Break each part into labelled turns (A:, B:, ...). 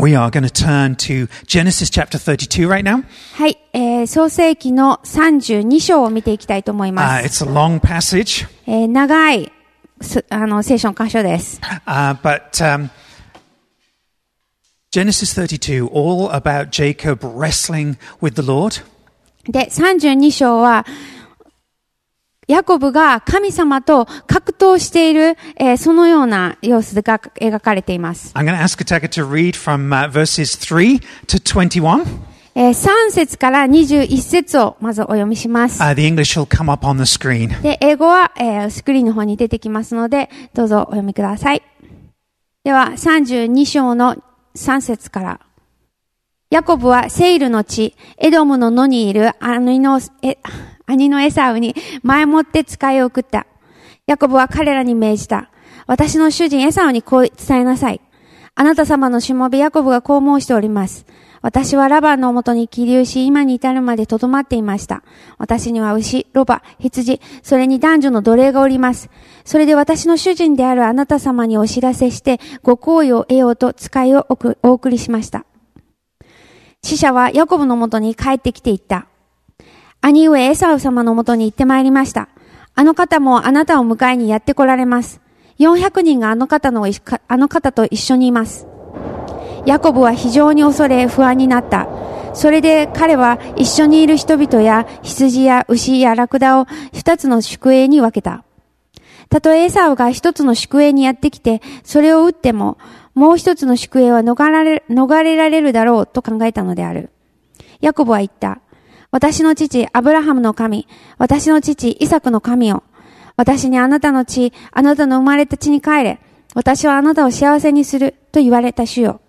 A: We are going to turn to Genesis chapter 32 right now.
B: はい、えー創世記の32章を見ていきたいと思い
A: Uh,
B: ます。
A: it's a long passage,
B: えー長いすあの聖書の箇所です。
A: uh, but um, Genesis 32, all about Jacob wrestling with the Lord.
B: で、32章は、ヤコブが神様と格闘している、えーそのような様子が描かれています。
A: I'm going to ask Kataka to read from uh, verses 3 to 21.
B: え3節から21節をまずお読みします。
A: Uh, the English will come up on the screen.
B: で、英語は、えースクリーンの方に出てきますので、どうぞお読みください。では、32章の3節から。ヤコブはセイルの地、エドムの野にいる兄の、え、兄のエサウに前もって使いを送った。ヤコブは彼らに命じた。私の主人エサウにこう伝えなさい。あなた様のしもべヤコブがこう申しております。私はラバンのもとに起立し、今に至るまで留まっていました。私には牛、ロバ、羊、それに男女の奴隷がおります。それで私の主人であるあなた様にお知らせして、ご好意を得ようと使いをおくお送りしました。死者はヤコブのもとに帰ってきていった。兄上エサウ様のもとに行ってまいりました。あの方もあなたを迎えにやって来られます。400人があの方のいし、あの方と一緒にいます。ヤコブは非常に恐れ不安になった。それで彼は一緒にいる人々や羊や牛やラクダを二つの宿営に分けた。たとえエサウが一つの宿営にやってきて、それを撃っても、もう一つの宿営は逃られ、逃れられるだろうと考えたのである。ヤコブは言った。私の父、アブラハムの神、私の父、イサクの神よ。私にあなたの地、あなたの生まれた地に帰れ。私はあなたを幸せにする、と言われた主よ。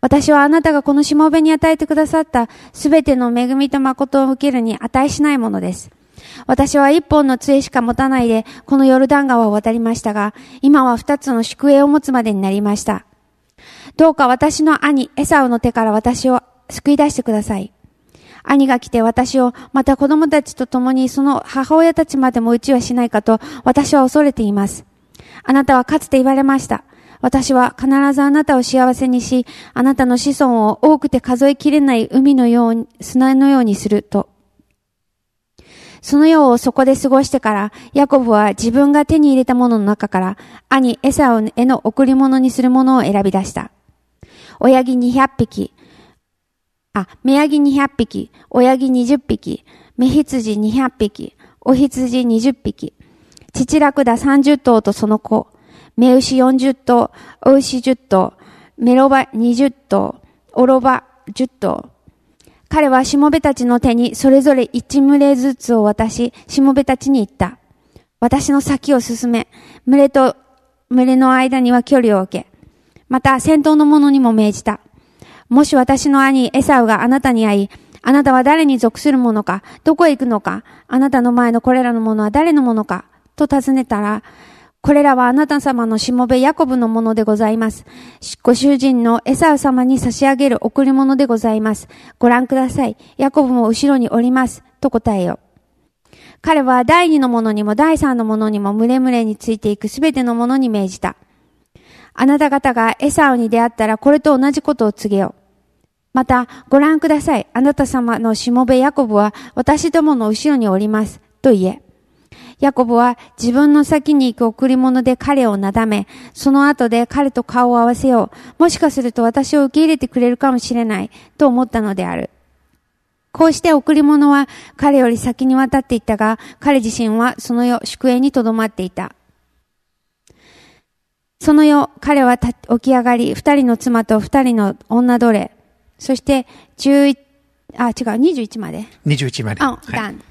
B: 私はあなたがこのしもべに与えてくださったすべての恵みと誠を受けるに値しないものです。私は一本の杖しか持たないで、このヨルダン川を渡りましたが、今は二つの宿営を持つまでになりました。どうか私の兄、エサウの手から私を救い出してください。兄が来て私を、また子供たちと共にその母親たちまでもうちはしないかと、私は恐れています。あなたはかつて言われました。私は必ずあなたを幸せにし、あなたの子孫を多くて数えきれない海のように、砂のようにすると。その夜をそこで過ごしてから、ヤコブは自分が手に入れたものの中から、兄エサウへの贈り物にするものを選び出した。親木200匹、あ、目ヤギ200匹、親木20匹、目羊200匹、お羊20匹、父ラクダ30頭とその子、目牛40頭、お牛10頭、メロバ20頭、オロバ10頭。彼はしもべたちの手にそれぞれ一群れずつを渡し、しもべたちに言った。私の先を進め、群れと群れの間には距離を置け。また先頭の者にも命じた。もし私の兄エサウがあなたに会い、あなたは誰に属するものか、どこへ行くのか、あなたの前のこれらのものは誰のものか、と尋ねたら、これらはあなた様のしもべヤコブのものでございます。ご主人のエサウ様に差し上げる贈り物でございます。ご覧ください。ヤコブも後ろにおります。と答えよ。彼は第二のものにも第三のものにも群れ群れについていくすべてのものに命じた。あなた方がエサウに出会ったらこれと同じことを告げよう。また、ご覧ください。あなた様のしもべヤコブは私どもの後ろにおります。と言え。ヤコブは自分の先に行く贈り物で彼をなだめ、その後で彼と顔を合わせよう。もしかすると私を受け入れてくれるかもしれない。と思ったのである。こうして贈り物は彼より先に渡っていったが、彼自身はその世、宿営に留まっていた。その夜、彼は立起き上がり、二人の妻と二人の女奴隷、そして11、あ、違う、21まで。
A: 21まで。
B: あ、
A: はい
B: Oh, done.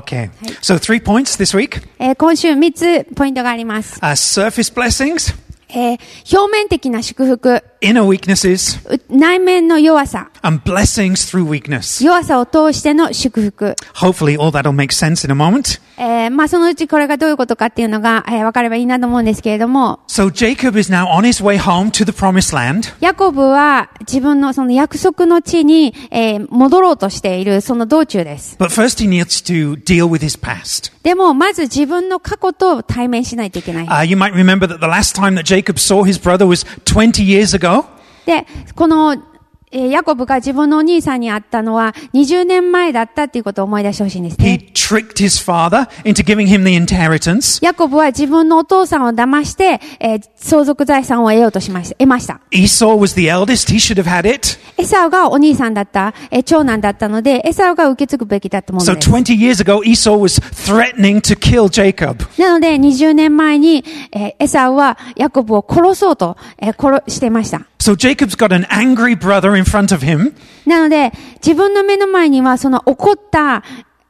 A: Okay.
B: Hi.
A: So three points this week.
B: えー今週三つポイントがあります。
A: Uh, surface blessings,
B: えー表面的な祝福、
A: inner weaknesses,
B: う内面の弱さ、
A: and blessings through weakness.
B: 弱さを通しての祝福。
A: Hopefully all that'll make sense in a moment.
B: えーまあそのうちこれがどういうことかっていうのが、えーわかればいいなと思うんですけれども、
A: So Jacob is now on his way home to the promised land.
B: ヤコブは自分のその約束の地に、えー戻ろうとしているその道中です。
A: But first he needs to deal with his past.
B: でも、まず自分の過去と対面しないといけない。
A: Uh, you might remember that the last time that Jacob saw his brother was 20 years ago.
B: で、この、えーヤコブが自分のお兄さんに会ったのは20年前だったっていうことを思い出してほしいんですね。
A: He tricked his father into giving him the inheritance.
B: ヤコブは自分のお父さんを騙して、えー相続財産を得ようとしました。得ました。
A: Esau was the eldest, he should have had it.
B: エサウがお兄さんだった、えー長男だったので、エサウが受け継ぐべきだったもの
A: So
B: です。
A: 20 years ago, Esau was threatening to kill Jacob.
B: なので、20年前に、えーエサウはヤコブを殺そうと、えー殺していました。
A: So Jacob's got an angry brother in front of him,
B: なので、自分の目の前にはその怒った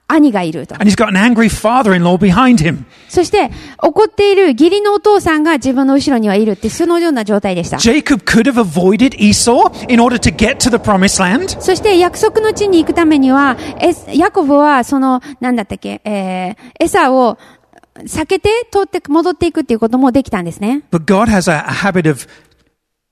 B: 兄がいると。
A: and he's got an angry father in law behind him.
B: そして、怒っている義理のお父さんが自分の後ろにはいるって、そのような状態でした。
A: Jacob could have avoided Esau in order to get to the promised land.
B: そして約束の地に行くためには、えヤコブはその、なんだったっけ、えー、エサを避けて通って戻っていくっていうこともできたんですね。
A: But God has a, a habit of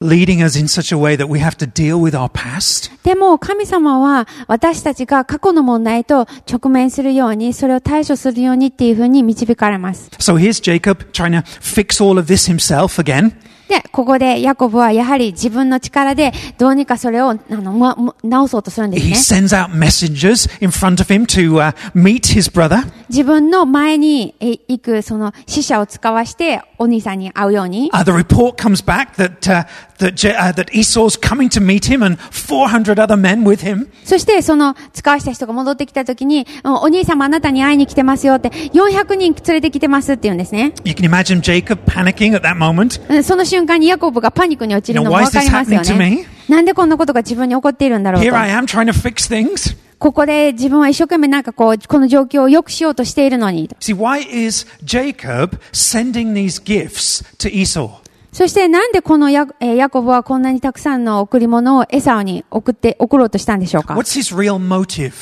A: leading us in such a way that we have to deal with our past.
B: でも神様は私たちが過去の問題と直面するように、それを対処するようにっていうふうに導かれます。
A: So here's Jacob trying to fix all of this himself again.
B: で、ここでヤコブはやはり自分の力でどうにかそれを、あの、ま、ま直そうとするんです
A: He
B: ね。
A: sends out messengers in front of him to uh, meet his brother.
B: 自分の前にえ行く、その、死者を使わして、お兄さんに会うように。
A: Uh, the report comes back that uh, that, Je- uh, that Esau's coming to meet him and 400 other men with him.
B: そして、その、使わした人が戻ってきた時に、うんお兄様あなたに会いに来てますよって、400人連れてきてますって言うんですね。
A: You can imagine Jacob panicking at that moment.
B: うんその瞬間にヤコブがパニックに陥るのも
A: Now, why
B: わ
A: is this
B: かります
A: happening
B: よね。なんでこんなことが自分に起こっているんだろう
A: Here I
B: と。
A: am trying to fix things.
B: ここで自分は一生懸命なんかこう、この状況を良くしようとしているのに。
A: See, why is Jacob sending these gifts to Esau?
B: そしてなんでこのヤえーヤコブはこんなにたくさんの贈り物をエサウに送って、送ろうとしたんでしょうか
A: What's his real motive?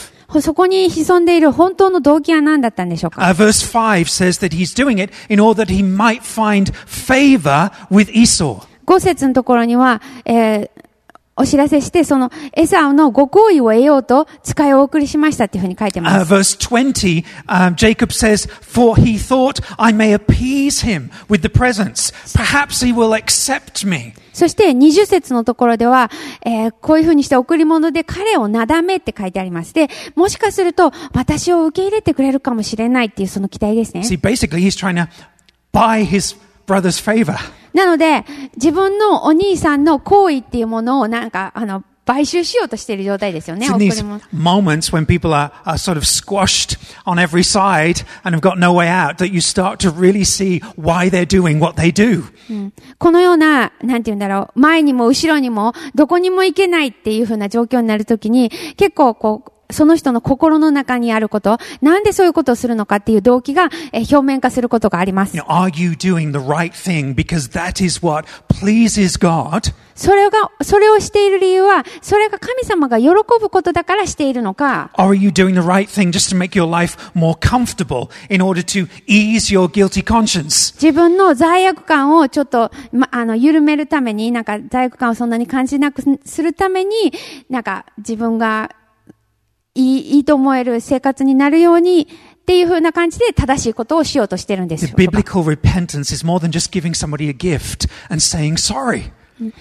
B: そこに潜んでいる本当の動機は何だったんでしょうか
A: Uh, verse 5 says that he's doing it in order that he might find favor with Esau.
B: 五節のところには、えーお知らせして、その、エサウのご好意を得ようと、使いをお送りしましたっていうふうに書いて
A: Uh,
B: ます。
A: verse 20, um, Jacob says, For he thought, I may appease him with the presents. Perhaps he will accept me.
B: そして、二十節のところでは、えーこういうふうにして贈り物で彼をなだめって書いてあります。で、もしかすると、私を受け入れてくれるかもしれないっていうその期待ですね。
A: See, basically, he's trying to buy his brother's favor.
B: なので、自分のお兄さんの好意っていうものをなんか、あの、買収しようとしている状態ですよね、
A: It's in
B: 贈り
A: these
B: 物。
A: moments when people are, are sort of squashed on every side and have got no way out that you start to really see why they're doing what they do.
B: このような、なんて言うんだろう、前にも後ろにも、どこにも行けないっていう風な状況になるときに、結構こう、その人の心の中にあること、なんでそういうことをするのかっていう動機が、えー表面化することがあります
A: You。know, are you doing the right thing? Because that is what pleases God.
B: それが、それをしている理由は、それが神様が喜ぶことだからしているのか、
A: Or are you doing the right thing just to make your life more comfortable in order to ease your guilty conscience?
B: 自分の罪悪感をちょっと、ま、あの、緩めるために、なんか罪悪感をそんなに感じなくするために、なんか自分がいい、いいと思える生活になるように、っていう風な感じで正しいことをしようとしてるんです
A: The
B: よ。
A: biblical repentance is more than just giving somebody a gift and saying sorry.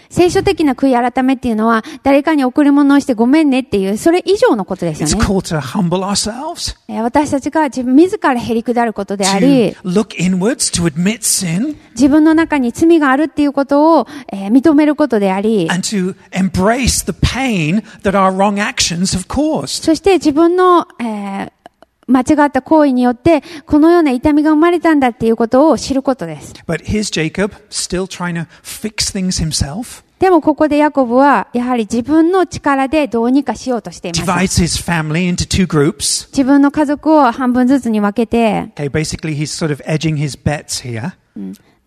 B: 聖書的な悔い改めっていうのは、誰かに贈り物をしてごめんねっていう、それ以上のことですよ
A: It's
B: ね。
A: called to humble ourselves,
B: えー私たちが自分自らへりくだることであり
A: to、look inwards, to admit sin,
B: 自分の中に罪があるっていうことを、えー認めることであり、
A: and to embrace the pain that our wrong actions have caused.
B: そして自分の、えー間違った行為によって、このような痛みが生まれたんだっていうことを知ることです。
A: But here's Jacob still trying to fix things himself,
B: でもここでヤコブは、やはり自分の力でどうにかしようとしています。
A: divides his family into two groups.
B: 自分の家族を半分ずつに分けて、
A: Okay, basically, he's sort of edging his bets here.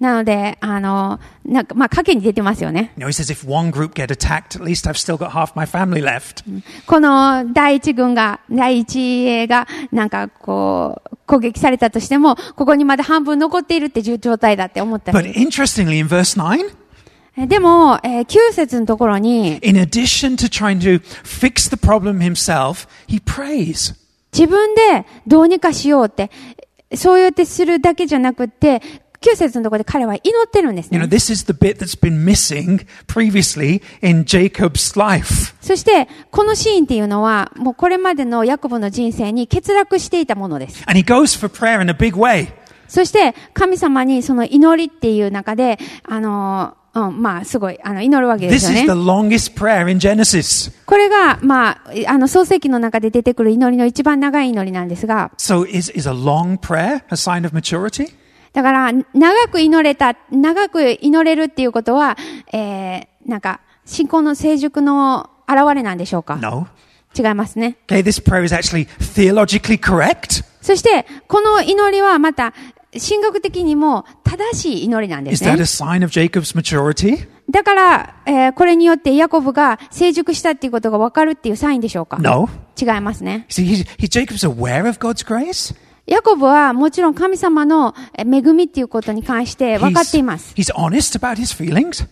B: なので、あの、なんか、まあ、賭けに出てますよね。
A: You know, he says, if one group get attacked, at least I've still got half my family left.
B: この第一軍が、第一衛が、なんかこう、攻撃されたとしても、ここにまだ半分残っているっていう状態だって思った
A: But
B: り。
A: interestingly, in verse 9,
B: えでも、えー、9節のところに、
A: in addition to trying to fix the problem himself, he prays.
B: 自分でどうにかしようって、そうやってするだけじゃなくって、 9節のところで彼は祈ってるんです
A: You know,
B: ね。
A: this is the bit that's been missing previously in Jacob's life.
B: そして、このシーンっていうのは、もうこれまでのヤコブの人生に欠落していたものです。
A: And he goes for prayer in a big way.
B: そして、神様にその祈りっていう中で、あの、うん、まあ、すごい、あの、祈るわけで
A: This
B: すよ
A: is
B: ね
A: the。longest prayer in Genesis.
B: これが、まあ、あの、創世記の中で出てくる祈りの一番長い祈りなんですが、
A: So is, is a long prayer a sign of maturity?
B: だから、長く祈れた、長く祈れるっていうことは、えー、なんか、信仰の成熟の現れなんでしょうか
A: No.
B: 違いますね。
A: Okay, this prayer is actually theologically correct.
B: そして、この祈りはまた、神学的にも正しい祈りなんで
A: Is
B: すね
A: that a。sign of Jacob's maturity?
B: だから、えーこれによってヤコブが成熟したっていうことがわかるっていうサインでしょうか
A: No.
B: 違いますね。
A: See, he's, he, Jacob's aware of God's grace.
B: ヤコブはもちろん神様のえー恵みっていうことに関して分かっていま
A: He's,
B: す。
A: he's honest about his feelings.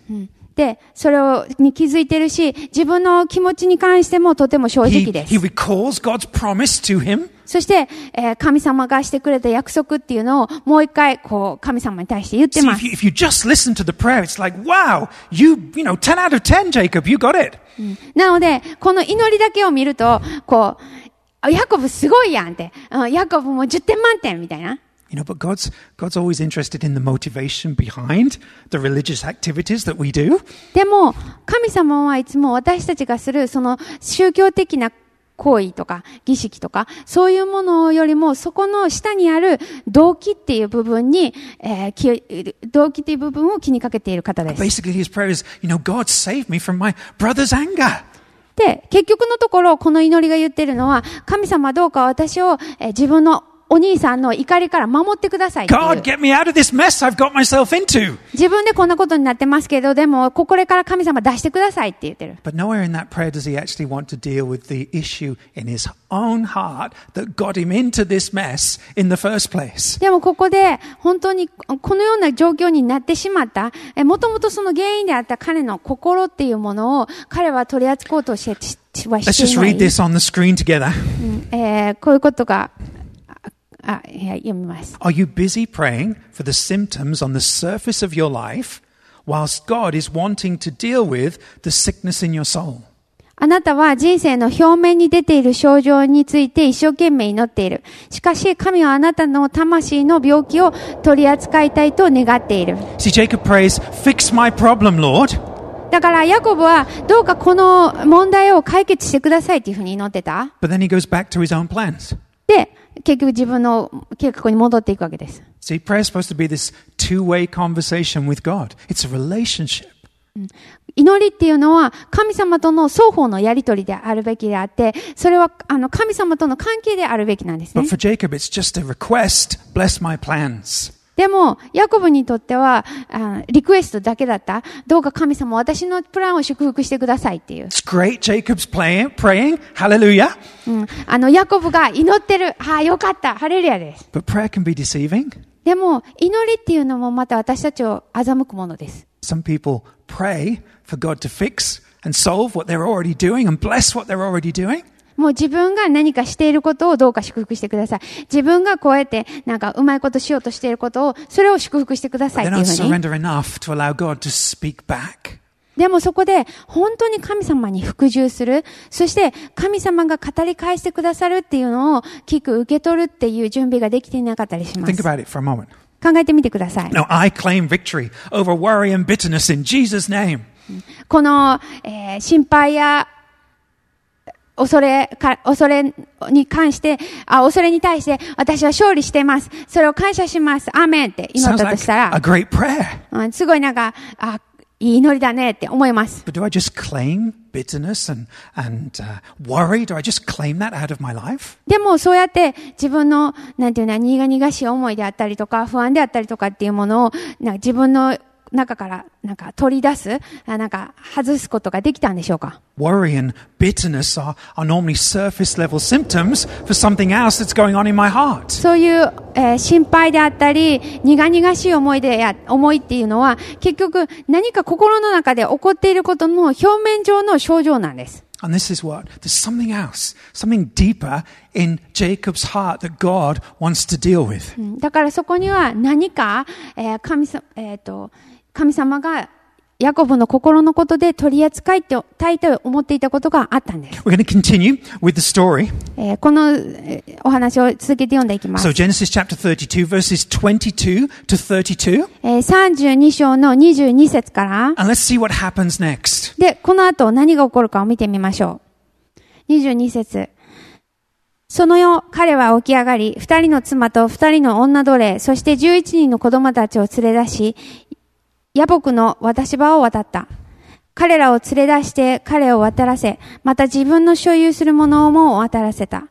B: で、それをに気づいてるし、自分の気持ちに関してもとても正
A: He,
B: 直で
A: he
B: す。
A: recalls God's promise to him.
B: そして、えー神様がしてくれた約束っていうのをもう一回、こう、神様に対して言って
A: See,
B: ま
A: if
B: す
A: you,。if you just listen to the prayer, it's like, wow, you, you know, 10 out of 10, Jacob, you got it.
B: なので、この祈りだけを見ると、こう、あヤコブすごいやんって、うんヤコブもう10点満点みたいな。
A: You know, but God's, God's always interested in the motivation behind the religious activities that we do.
B: でも、神様はいつも私たちがする、その宗教的な行為とか儀式とか、そういうものよりも、そこの下にある動機っていう部分に、えー気動機っていう部分を気にかけている方です。
A: Basically, his prayer is, you know, God save me from my brother's anger.
B: で、結局のところ、この祈りが言ってるのは、神様どうか私を、えー自分のお兄さんの怒りから守ってくださいっていう
A: God, get me out of this mess I've got myself into.
B: 自分でこんなことになってますけど、でも、ここれから神様出してくださいって言ってる。
A: But nowhere in that prayer does he actually want to deal with the issue in his own heart that got him into this mess in the first place.
B: でもここで、本当にこのような状況になってしまった、えもともとその原因であった彼の心っていうものを、彼は取り扱おうとして、ししは
A: Let's
B: し
A: just
B: てい
A: read
B: ない。
A: this on the screen together.
B: えーこういうことが、あ、あいや読みます。
A: Are you busy praying for the symptoms on the surface of your life whilst God is wanting to deal with the sickness in your soul?
B: あなたは人生の表面に出ている症状について一生懸命祈っている。しかし、神はあなたの魂の病気を取り扱いたいと願っている。
A: See, Jacob prays, Fix my problem, Lord.
B: だから、ヤコブは、どうかこの問題を解決してくださいっていうふうに祈ってた。
A: But then he goes back to his own plans.
B: で、結局自分の計画に戻っていくわけです。
A: See, prayer is supposed to be this two way conversation with God, it's a relationship.
B: 祈りっていうのは、神様との双方のやりとりであるべきであって、それは、あの、神様との関係であるべきなんですね
A: But。for Jacob, it's just a request bless my plans.
B: でも、ヤコブにとっては、あリクエストだけだった。どうか神様、私のプランを祝福してくださいっていう。
A: It's great, Jacob's play, praying, hallelujah.
B: うん。あの、ヤコブが祈ってる。ああ、よかった。ハレルヤです。
A: But prayer can be deceiving.
B: でも、祈りっていうのもまた私たちを欺くものです。
A: Some people pray for God to fix and solve what they're already doing and bless what they're already doing.
B: もう自分が何かしていることをどうか祝福してください。自分がこうやって、なんかうまいことしようとしていることを、それを祝福してください
A: They
B: っていう
A: don't surrender
B: ふうに。
A: enough to allow God to speak back.
B: でもそこで、本当に神様に服従する。そして、神様が語り返してくださるっていうのを、聞く、受け取るっていう準備ができていなかったりします
A: Think。about it for a moment.
B: 考えてみてください。
A: Now, I claim victory over worry and bitterness in Jesus' name.
B: この、えー心配や、恐れか、恐れに関して、あ、恐れに対して、私は勝利しています。それを感謝します。アーメンって祈っ
A: Sounds
B: たと
A: like
B: したら
A: a、great prayer.
B: うんすごいなんか、あ、いい祈りだねって思います。
A: But do I just claim bitterness and, and uh, worry? Do I just claim that out of my life?
B: でもそうやって自分の、なんていうの、苦々しい思いであったりとか、不安であったりとかっていうものを、なんか自分の中から、なんか取り出す、あなんか外すことができたんでしょうか
A: Worry and bitterness are, are normally surface level symptoms for something else that's going on in my heart.
B: そういう、えー心配であったり、苦々しい思いでや、思いっていうのは、結局何か心の中で起こっていることの表面上の症状なんです。
A: And this is what? There's something else, something deeper in Jacob's heart that God wants to deal with.
B: うんだからそこには何か、えー神さえーと神様がヤコブの心のことで取り扱いってたいと思っていたことがあったんです。
A: We're going to continue with the story.
B: えーこの、えーお話を続けて読んでいきます
A: So。Genesis chapter 32, verses 22 to 32.
B: えー32章の22節から、
A: And let's see what happens next.
B: で、この後何が起こるかを見てみましょう。22節。その夜、彼は起き上がり、二人の妻と二人の女奴隷、そして11人の子供たちを連れ出し、野木の渡し場を渡った。彼らを連れ出して彼を渡らせ、また自分の所有するものも渡らせた。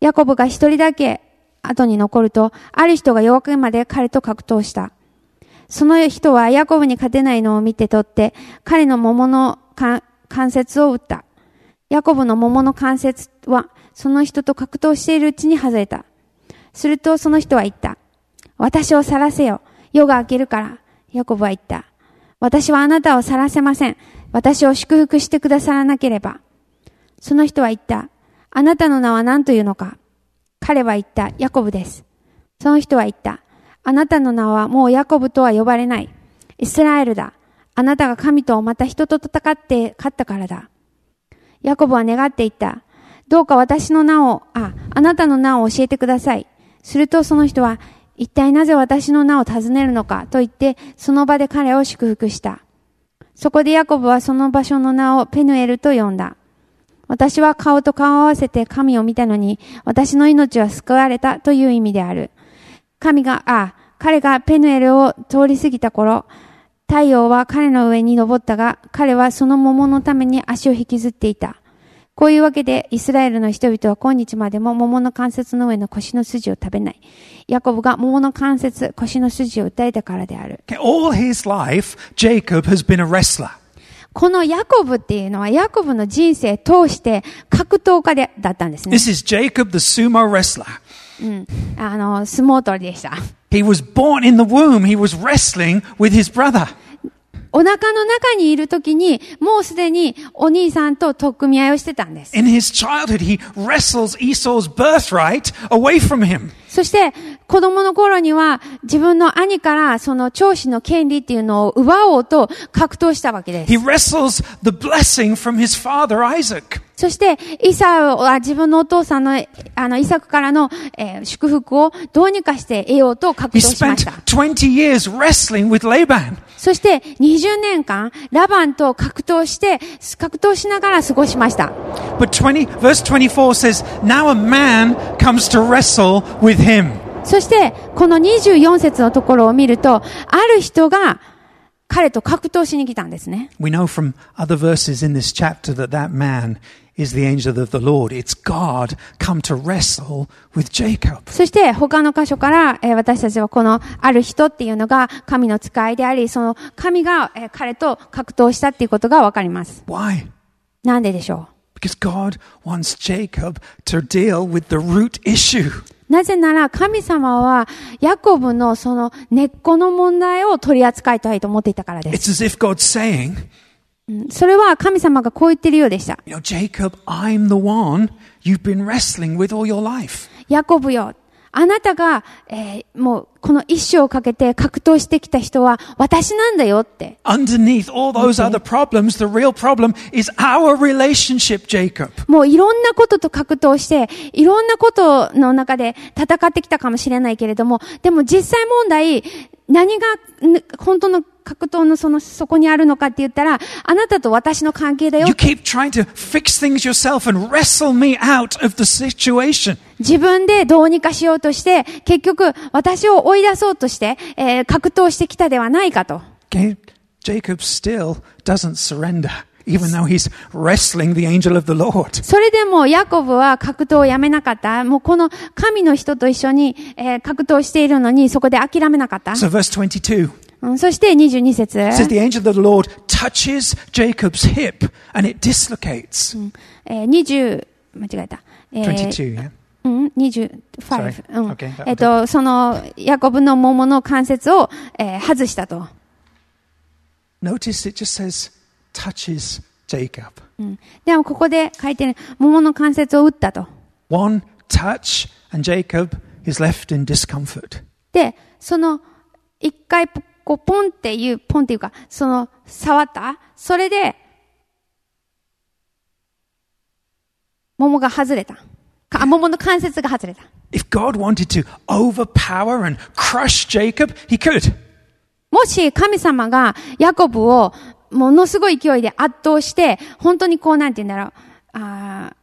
B: ヤコブが一人だけ後に残ると、ある人が夜明けまで彼と格闘した。その人はヤコブに勝てないのを見て取って、彼の桃の関関節を打った。ヤコブの桃の関節は、その人と格闘しているうちに外れた。するとその人は言った。私を去らせよ。夜が明けるから。ヤコブは言った。私はあなたを去らせません。私を祝福してくださらなければ。その人は言った。あなたの名は何というのか。彼は言った。ヤコブです。その人は言った。あなたの名はもうヤコブとは呼ばれない。イスラエルだ。あなたが神とまた人と戦って勝ったからだ。ヤコブは願っていった。どうか私の名を、あ、あなたの名を教えてください。するとその人は、一体なぜ私の名を尋ねるのかと言って、その場で彼を祝福した。そこでヤコブはその場所の名をペヌエルと呼んだ。私は顔と顔を合わせて神を見たのに、私の命は救われたという意味である。神が、あ、彼がペヌエルを通り過ぎた頃、太陽は彼の上に昇ったが、彼はその桃のために足を引きずっていた。こういうわけで、イスラエルの人々は今日までも桃の関節の上の腰の筋を食べない。ヤコブが桃の関節、腰の筋を訴えたからである。
A: Okay, all his life, Jacob has been a wrestler.
B: このヤコブっていうのは、ヤコブの人生通して格闘家でだったんですね。
A: This is Jacob, the sumo wrestler.
B: あの、相撲取りでした。
A: He was born in the womb. He was wrestling with his brother.
B: お腹の中にいる時に、もうすでにお兄さんと取っ組み合いをしてたんです。
A: In his childhood, he wrestles Esau's birthright away from him.
B: そして、子供の頃には、自分の兄から、その長子の権利っていうのを奪おうと格闘したわけで
A: He
B: す。
A: wrestles the blessing from his father, Isaac.
B: そして、イサウは自分のお父さんの、あの、イサクからの、えー祝福をどうにかして得ようと格
A: He
B: 闘しました。
A: spent 20 years wrestling with Laban.
B: そして、20年間、ラバンと格闘して、格闘しながら過ごしました。
A: But 20, verse 24 says, Now a man comes to wrestle with him.
B: そして、この24節のところを見ると、ある人が、彼と格闘しに来たんですね。
A: We know from other verses in this chapter that that man is the angel of the Lord. It's God come to wrestle with Jacob.
B: そして他の箇所から、えー私たちはこのある人っていうのが神の使いであり、その神が、えー彼と格闘したっていうことがわかります。
A: Why?
B: なんででしょ
A: Because God wants Jacob to deal with the root issue.
B: うなぜなら神様はヤコブのその根っこの問題を取り扱いたいと思っていたからで
A: It's
B: す。
A: as if God's saying,
B: それは神様がこう言ってるようでした。
A: You know, Jacob, I'm the one you've been wrestling with all your life.
B: ヤコブよ、あなたが、えーもうこの一生をかけて格闘してきた人は私なんだよって。
A: Underneath all those
B: Okay.
A: other problems, the real problem is our relationship, Jacob.
B: もういろんなことと格闘して、いろんなことの中で戦ってきたかもしれないけれども、でも実際問題、何が、ん本当の格闘のその、そこにあるのかって言ったら、あなたと私の関係だよ
A: You。keep trying to fix things yourself and wrestle me out of the situation.
B: 自分でどうにかしようとして、結局、私を追い出そうとして、えー格闘してきたではないかと。
A: Okay? Jacob still doesn't surrender, even though he's wrestling the angel of the Lord.
B: それでも、ヤコブは格闘をやめなかった。もうこの神の人と一緒に、えー格闘しているのに、そこで諦めなかった。
A: So, verse 22
B: うんそして22節。
A: says, The angel of the Lord touches Jacob's hip and it dislocates.
B: えー、20間違えた。えー
A: 22, yeah?
B: うん、25。
A: Sorry.
B: うん
A: Okay, that was
B: えっと、その、ヤコブの桃の関節を、えー外したと。
A: Notice it just says touches Jacob.
B: うんでもここで書いてる、桃の関節を打ったと。
A: One touch, and Jacob is left in discomfort.
B: で、その、一回ポ、こう、ポンっていう、ポンっていうか、その、触ったそれで、桃が外れた。かあ桃の関節が外れた。
A: If God wanted to overpower and crush Jacob, he could.
B: もし神様がヤコブをものすごい勢いで圧倒して、本当にこうなんて言うんだろう、あー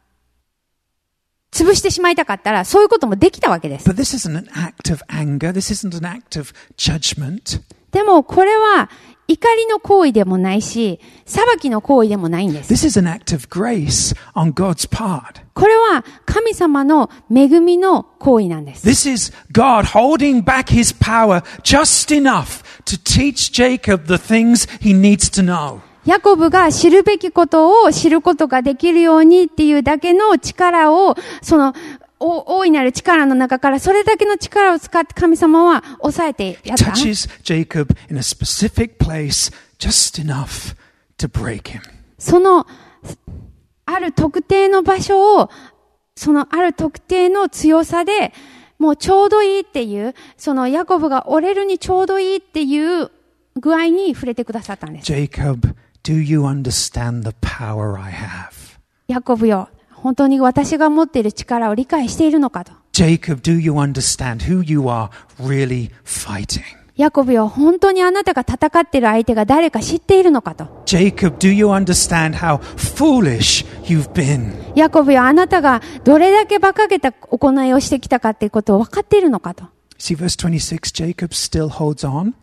B: 潰してしまいたかったら、そういうこともできたわけです。
A: But this isn't an act of anger. This isn't an act of judgment.
B: でもこれは怒りの行為でもないし、裁きの行為でもないんです。
A: This is an act of grace on God's part.
B: これは神様の恵みの行為なんです。
A: This is God holding back his power just enough to teach Jacob the things he needs to know.
B: ヤコブが知るべきことを知ることができるようにっていうだけの力を、その、お大いなる力の中から、それだけの力を使って神様は抑えてやった。
A: Touches Jacob in a specific place just enough to break him.
B: その、ある特定の場所を、そのある特定の強さで、もうちょうどいいっていう、そのヤコブが折れるにちょうどいいっていう具合に触れてくださったんです。
A: Jacob, do you understand the power I have?
B: ヤコブよ、本当に私が持っている力を理解しているのかと。
A: Jacob, do you understand who you are really fighting?
B: ヤコブよ、本当にあなたが戦っている相手が誰か知っているのかと。
A: Jacob, do you understand how foolish you've been?
B: ヤコブよ、あなたがどれだけ馬鹿げた行いをしてきたかっていうことを分かっているのかと。
A: See verse 26, Jacob still holds on.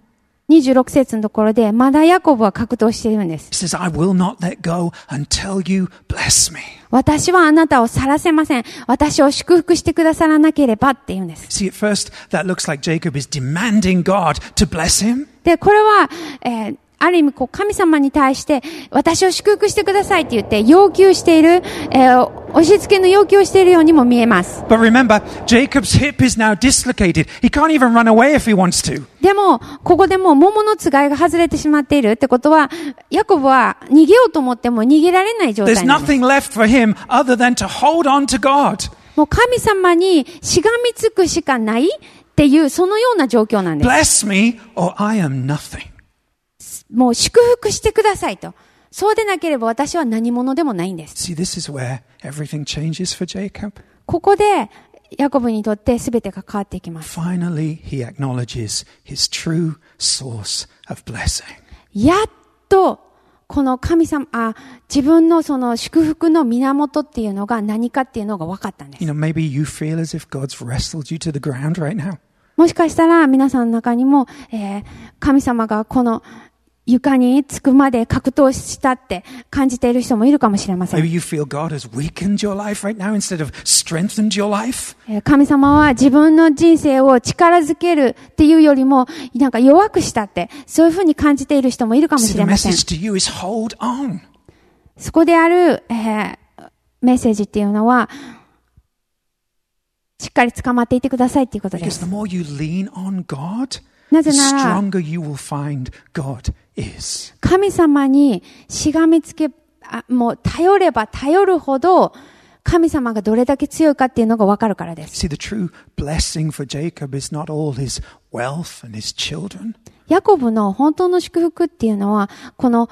B: 26節のところで、まだヤコブは格闘しているんです。
A: He says, I will not let go until you bless me.
B: 私はあなたを去らせません。私を祝福してくださらなければって言うんです。
A: See, at first, that looks like Jacob is demanding God to bless him.
B: で、これは、えーある意味、こう、神様に対して、私を祝福してくださいって言って、要求している、えー押し付けの要求をしているようにも見えます。
A: But remember, Jacob's hip is now dislocated. He can't even run away if he wants to.
B: でも、ここでもう桃のつがいが外れてしまっているってことは、ヤコブは逃げようと思っても逃げられない状
A: There's
B: 態なんで
A: nothing
B: す。
A: left for him other than to hold on to God.
B: もう神様にしがみつくしかないっていう、そのような状況なんです。
A: Bless me or I am nothing.
B: もう祝福してくださいと。そうでなければ私は何者でもないんです。
A: See, this is where everything changes for Jacob.
B: ここで、ヤコブにとって全てが変わっていきます。
A: Finally, he acknowledges his true source of blessing.
B: やっと、この神様、あ、自分のその祝福の源っていうのが何かっていうのが分かったんで
A: You
B: す。
A: know, maybe you feel as if God's wrestled you to the ground right now.
B: もしかしたら皆さんの中にも、えー神様がこの床につくまで格闘したって感じている人もいるかもしれません
A: Maybe。you feel God has weakened your life right now instead of strengthened your life.
B: えー神様は自分の人生を力づけるっていうよりも、なんか弱くしたって、そういうふうに感じている人もいるかも
A: See,
B: し
A: the
B: れません。
A: message to you is hold on.
B: そこである、えーメッセージっていうのは、しっかり捕まっていてくださいっていうことで
A: Because the
B: す。
A: more you lean on God,
B: な
A: the
B: ぜなら、
A: stronger you will find God is.
B: 神様にしがみつけ、あもう頼れば頼るほど、神様がどれだけ強いかっていうのがわかるからです。
A: See, the true blessing for Jacob is not all his wealth and his children.
B: ヤコブの本当の祝福っていうのは、この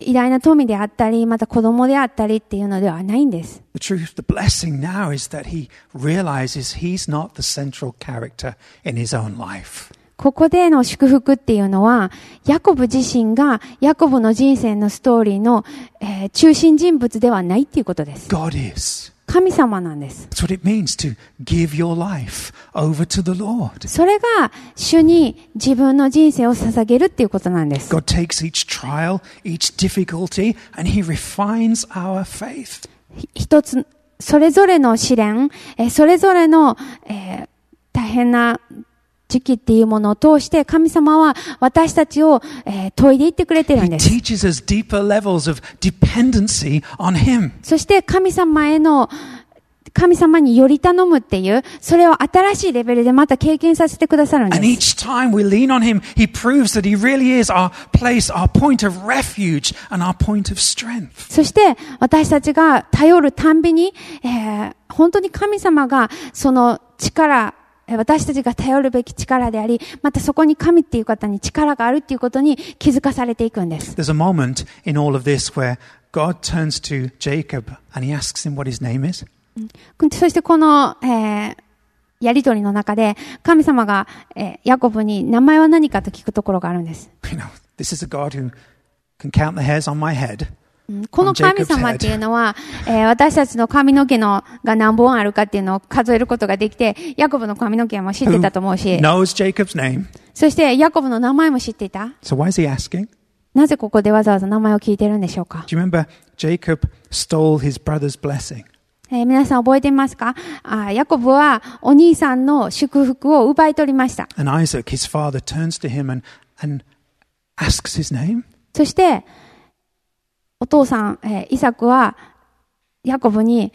B: 偉大な富であったり、また子供であったりっていうのではないんです。
A: The truth, the blessing now is that he realizes he's not the central character in his own life.
B: ここでの祝福っていうのは、ヤコブ自身がヤコブの人生のストーリーの、えー中心人物ではないっていうことです。
A: God is.
B: 神様なんです。
A: That's what it means to give your life over to the Lord.
B: それが主に自分の人生を捧げるっていうことなんです。
A: God takes each trial, each difficulty, and He refines our faith.
B: ひ一つ、それぞれの試練、えーそれぞれの、えー大変な時期っていうものを通して神様は私たちを、えー研いでいってくれてる
A: He
B: んです。
A: teaches us deeper levels of dependency on Him.
B: そして神様への神様により頼むっていう、それを新しいレベルでまた経験させてくださるんで
A: And
B: す。
A: each time we lean on Him, He proves that He really is our place, our point of refuge, and our point of strength.
B: そして私たちが頼るたんびに、えー本当に神様がその力、えー私たちが頼るべき力であり、またそこに神っていう方に力があるっていうことに気づかされていくんです。
A: There's a moment in all of this where God turns to Jacob and He asks him what his name is.
B: そしてこの、えーやりとりの中で、神様が、えーヤコブに名前は何かと聞くところがあるんです。
A: You know, this is a God who can count the hairs on my head.
B: この神様っていうのは、えー私たちの髪の毛のが何本あるかっていうのを数えることができて、ヤコブの髪の毛も知ってたと思うし、
A: knows Jacob's name.
B: そしてヤコブの名前も知っていた
A: So why is he asking?
B: なぜここでわざわざ名前を聞いてるんでしょうか、
A: Do you remember Jacob stole his brother's blessing?
B: えー皆さん覚えていますかあーヤコブはお兄さんの祝福を奪い取りました。
A: And Isaac, his father, turns to him and, and asks his name.
B: そして、お父さん、えーイサクはヤコブに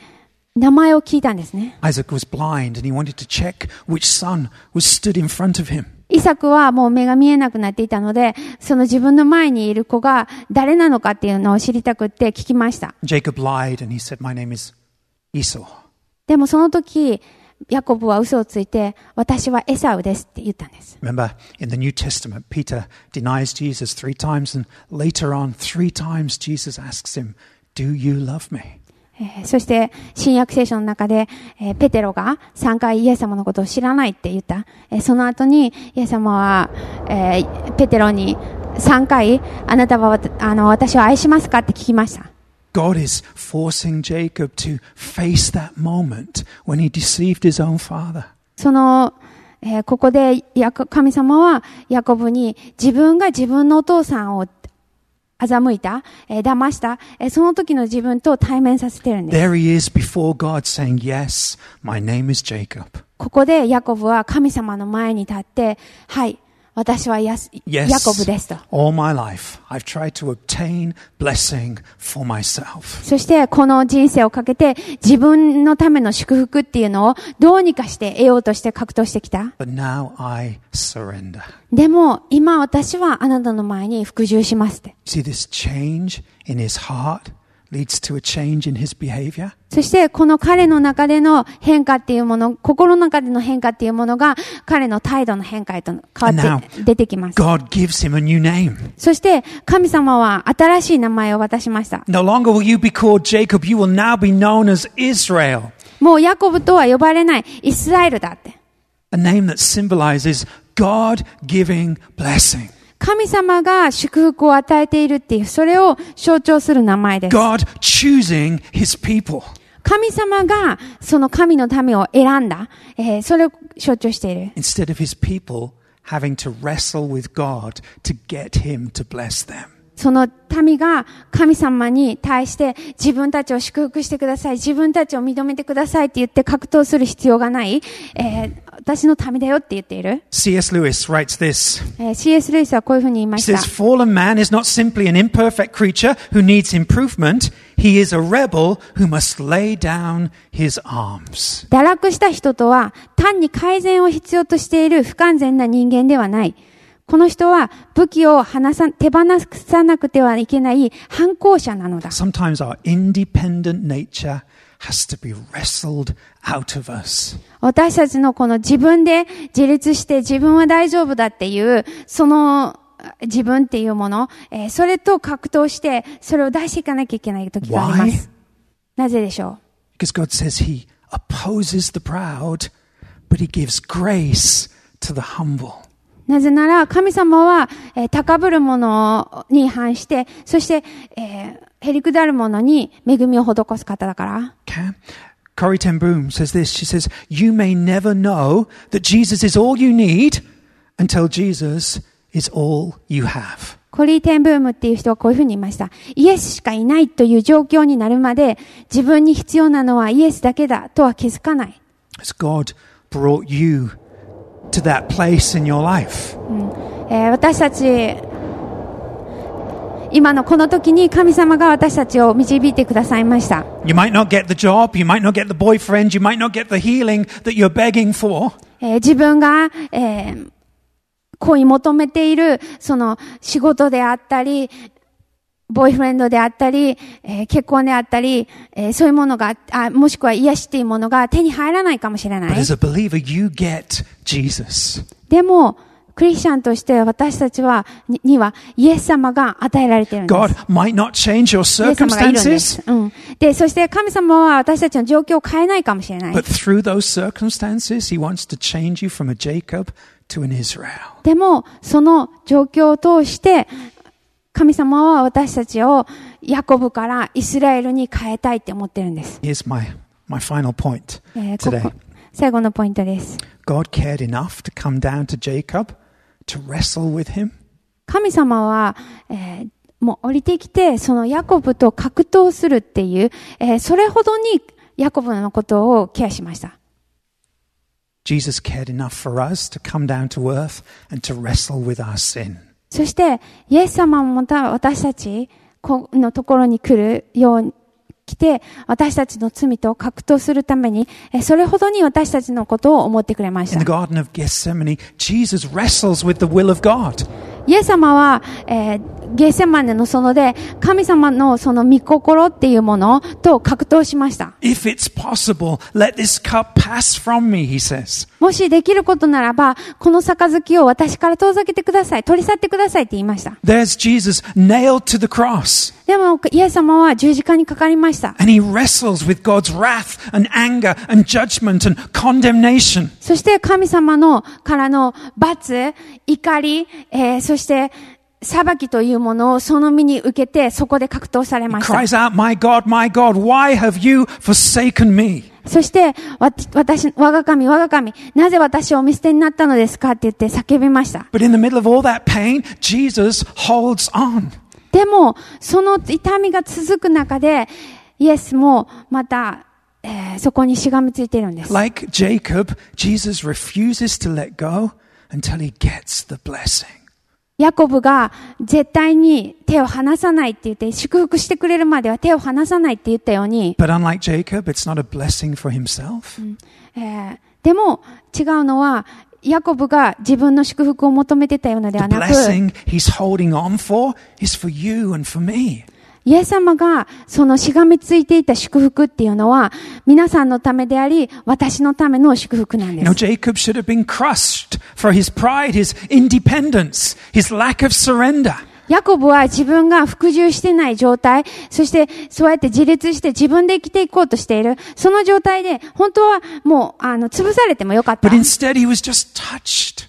B: 名前を聞いたんですね。
A: Isaac was blind and he wanted to check which son was stood in front of him.
B: イサクはもう目が見えなくなっていたので、その自分の前にいる子が誰なのかっていうのを知りたくって聞きました。
A: Jacob lied and he said, My name is Esau.
B: でもその時、ヤコブは嘘をついて、私はエサウですって言ったんです。
A: Remember, in the New Testament, Peter denies Jesus three times, and later on, three times, Jesus asks him, Do you love me?
B: えーそして、新約聖書の中で、えーペテロが3回イエス様のことを知らないって言った。えーその後に、イエス様は、えーペテロに3回、あなたはわたあの私を愛しますかって聞きました。
A: God is forcing Jacob to face that moment when he deceived his own father.
B: その、えーここでヤコ神様はヤコブに自分が自分のお父さんを欺いた、えー騙した、えーその時の自分と対面させてるんです。
A: There he is before God saying, Yes, my name is Jacob.
B: ここでヤコブは神様の前に立って、はい、私はヤスヤコブですと
A: Yes,。all my life I've tried to obtain blessing for myself.
B: そして、この人生をかけて、自分のための祝福っていうのをどうにかして得ようとして格闘してきた。
A: But now I surrender.
B: でも、今私はあなたの前に服従しますって。
A: See, this change in his heart leads to a change in his behavior.
B: そして、この彼の中での変化っていうもの、心の中での変化っていうものが、彼の態度の変化へと変わって
A: Now-
B: 出てきます。
A: God gives him a new name.
B: そして、神様は新しい名前を渡しました。
A: No longer will you be called Jacob, you will now be known as Israel,
B: もうヤコブとは呼ばれないイスラエルだって。
A: a name that symbolizes God giving blessing,
B: 神様が祝福を与えているっていう、それを象徴する名前です。
A: God choosing his people.
B: 神様がその神の民を選んだ、えーそれを象徴している。
A: instead of his people having to wrestle with God to get him to bless them.
B: その民が神様に対して自分たちを祝福してください、自分たちを認めてくださいって言って格闘する必要がない、えー私の民だよって言っている。
A: C.S. Lewis writes this.
B: えー CS レイスはこういうふうに言いま
A: He
B: した
A: says,。Fallen man is not simply an imperfect creature who needs improvement. He is a rebel who must lay down his arms.
B: 堕落した人とは単に改善を必要としている不完全な人間ではない。この人は武器を離さ、手放さなくてはいけない反抗者なのだ。
A: Sometimes our independent nature has to be wrestled out of us.
B: 私たちのこの自分で自立して自分は大丈夫だっていう、その自分っていうもの、えーそれと格闘して、それを出していかなきゃいけない時があります。なぜでしょ
A: Because God says he opposes the proud, but he gives grace to the humble.
B: うなぜなら、神様は、えー高ぶるものに反して、そして、えーへりくだるものに恵みを施す方だから。
A: Okay. Corrie Ten Boom says this. She says, You may never know that Jesus is all you need until Jesus is all you have.
B: コリー・テンブームっていう人はこういうふうに言いました。イエスしかいないという状況になるまで、自分に必要なのはイエスだけだとは気づかない。
A: As God brought you to that place in your life.
B: えー私たち、今のこの時に神様が私たちを導いてくださいました。
A: You might not get the job, you might not get the boyfriend, you might not get the healing that you're begging for,
B: えー自分が、えー恋求めている、その仕事であったり、ボーイフレンドであったり、えー結婚であったり、えーそういうものが、あもしくは癒しっていうものが手に入らないかもしれな
A: but
B: い
A: as。a believer, you get Jesus.
B: でも、クリスチャンとして私たちは、にには、イエス様が与えられているんです。
A: God might not change your
B: イエス様がいるんで
A: circumstances,
B: す。うん。で、そして神様は私たちの状況を変えないかもしれない
A: but。through those circumstances, He wants to change you from a Jacob to an Israel.
B: でも、その状況を通して、神様は私たちをヤコブからイスラエルに変えたいって思ってるんです。
A: Here's my, my final point
B: えーこ
A: today
B: こ最後のポイントです。
A: God cared enough to come down to Jacob to wrestle with him.
B: 神様は、えーもう降りてきて、そのヤコブと格闘するっていう、えーそれほどにヤコブのことをケアしました。
A: Jesus cared enough for us to come down to earth and to wrestle with our sin.
B: そして、イエス様もまた私たちこのところに来るように来て、私たちの罪と格闘するために、えーそれほどに私たちのことを思ってくれまし
A: In
B: た
A: the。Garden of Gethsemane, Jesus wrestles with the will of God.
B: イエス様は、えーゲーセマネの園で、神様のその御心っていうものと格闘しました。
A: If it's possible, let this cup pass from me, he says.
B: もしできることならば、この杯を私から遠ざけてください。取り去ってくださいって言いました。
A: There's Jesus nailed to the cross,
B: でも、イエス様は十字架にかかりました。
A: and he wrestles with God's wrath and anger and judgment and condemnation.
B: そして神様のからの罰、怒り、えーそして裁きというものをその身に受けて、そこで格闘され
A: He
B: ました。
A: cries out, My God, my God, why have you forsaken me?
B: そして、わ私、我が神、我が神、なぜ私をお見捨てになったのですかって言って叫びました。
A: But in the middle of all that pain, Jesus holds on.
B: でも、その痛みが続く中で、イエスもまた、えーそこにしがみついてるんです。
A: Like Jacob, Jesus refuses to let go until he gets the blessing.
B: ヤコブが絶対に手を離さないって言って、祝福してくれるまでは手を離さないって言ったように、
A: But unlike Jacob, it's not a blessing for himself.
B: えーでも違うのは、ヤコブが自分の祝福を求めてたようので
A: The
B: はなく、
A: blessing he's holding on for is for you and for me.
B: イエス様がそのしがみついていた祝福っていうのは、皆さんのためであり、私のための祝福なん
A: You
B: で
A: know,
B: す。
A: Jacob should have been crushed for his pride, his independence, his lack of surrender.
B: ヤコブは自分が服従してない状態、そしてそうやって自立して自分で生きていこうとしている、その状態で、本当はもう、あの、潰されてもよかった
A: But。instead, he was just touched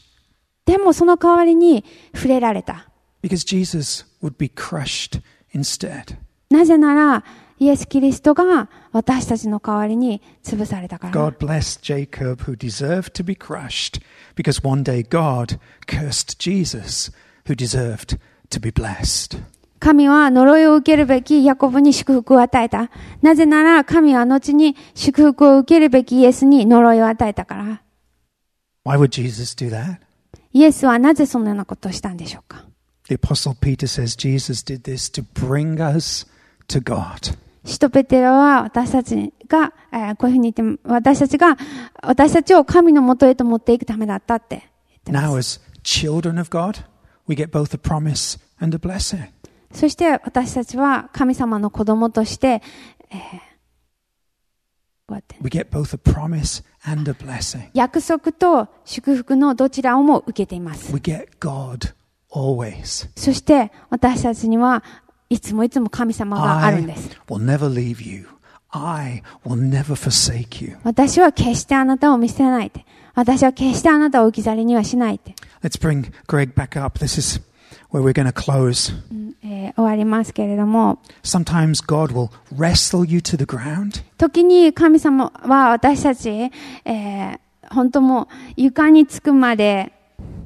B: でもその代わりに触れられた。
A: because Jesus would be crushed instead.
B: なぜなら、イエス・キリストが私たちの代わりに潰されたから。
A: God blessed Jacob, who deserved to be crushed, because one day God cursed Jesus, who deserved to be blessed.
B: 神は呪いを受けるべきヤコブに祝福を与えた。なぜなら神は後に祝福を受けるべきイエスに呪いを与えたから。
A: Why would Jesus do that?
B: イエスはなぜそのようなことをしたんでしょうか
A: The Apostle Peter says Jesus did this to bring us to God.
B: シトペテロは私たちが、えーこういうふうに言って、私たちが、私たちを神のもとへと持っていくためだったって言ってま
A: Now,
B: す。
A: as children of God, we get both a promise and a blessing.
B: そして私たちは神様の子供として、えーこうやって
A: We get both a promise and a blessing.
B: 約束と祝福のどちらをも受けています。
A: We get God always.
B: そして私たちにはいつもいつも神様があるんで
A: I
B: す。
A: will never leave you. I will never forsake you.
B: 私は決してあなたを見捨てないって。私は決してあなたを置き去りにはしないって。
A: Let's bring Greg back up. This is where we're going to close.
B: えー終わりますけれども、
A: Sometimes God will wrestle you to the ground,
B: 時に神様は私たち、えー本当もう床につくまで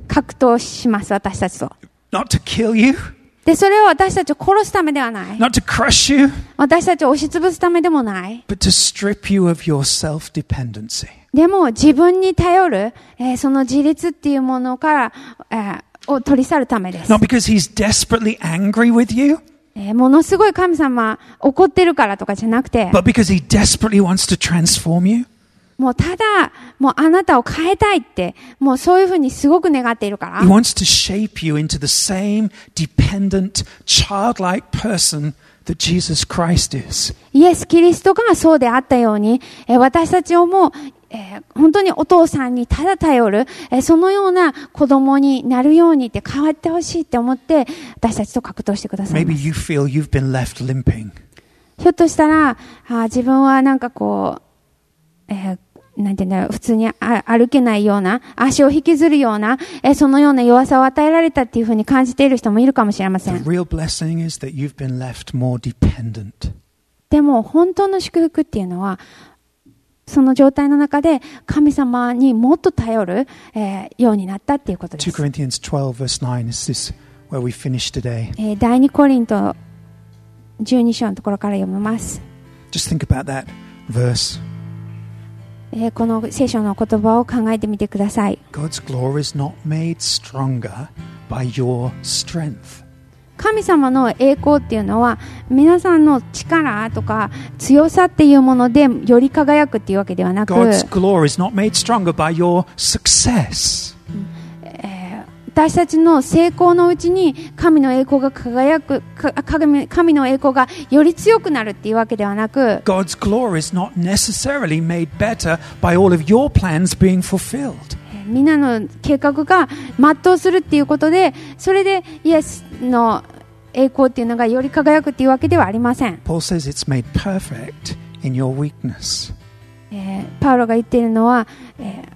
B: 格闘します、私たちと。
A: not to kill you,
B: で、それは私たちを殺すためではない。
A: not to crush you,
B: 私たちを押しつぶすためでもない。
A: but to strip you of your self dependency.
B: でも自分に頼る、えーその自立っていうものから、えーを取り去るためです
A: Not。because he's desperately angry with you,
B: えーものすごい神様怒ってるからとかじゃなくて、
A: but because He desperately wants to transform you.
B: もうただ、もうあなたを変えたいって、もうそういうふうにすごく願っているから
A: He、wants to shape you into the same dependent, childlike person that Jesus Christ is.
B: イエス・キリストがそうであったように、えー私たちをもう、えー本当にお父さんにただ頼る、えーそのような子供になるようにって変わってほしいって思って、私たちと格闘してください
A: Maybe
B: ます。
A: you feel you've been left limping.
B: ひょっとしたら、あー自分はなんかこう、えーなんていうんだろう、普通にあ歩けないような、足を引きずるような、えーそのような弱さを与えられたっていうふうに感じている人もいるかもしれませ
A: The
B: ん。
A: real blessing is that you've been left more dependent.
B: でも本当の祝福っていうのはその状態の中で神様にもっと頼る、えーようになったっていうことで
A: 2
B: す。
A: Corinthians 12, verse 9 is this where we finish today.
B: えー第2コリント12章のところから読みます。
A: Just think about that verse.
B: えーこの聖書の言葉を考えてみてください。
A: God's glory is not made stronger by your strength.
B: 神様の栄光っていうのは皆さんの力とか強さっていうものでより輝くっていうわけではなく
A: God's glory is not made stronger by your success.
B: 私たちの成功のうちに神の栄光が輝くか神神の栄光がより強くなるっていうわけではなく
A: God's glory is not necessarily made better by all of your plans being fulfilled.
B: えーみんなの計画が全うするっていうことでそれでイエスの栄光っていうのがより輝くっていうわけではありません、
A: Paul says it's made perfect in your weakness.
B: えーパウロが言っているのは、えー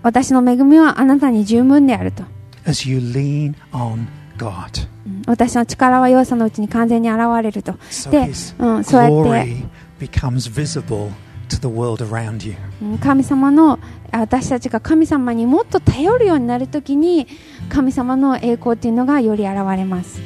B: 私の恵みはあなたに十分であると
A: as you lean on God.
B: うん私の力は弱さのうちに完全に現れると
A: So
B: で
A: His、
B: うん、そうやって
A: glory becomes visible to the world around you.
B: うん神様のあ私たちが神様にもっと頼るようになるときに神様の栄光というのがより現れます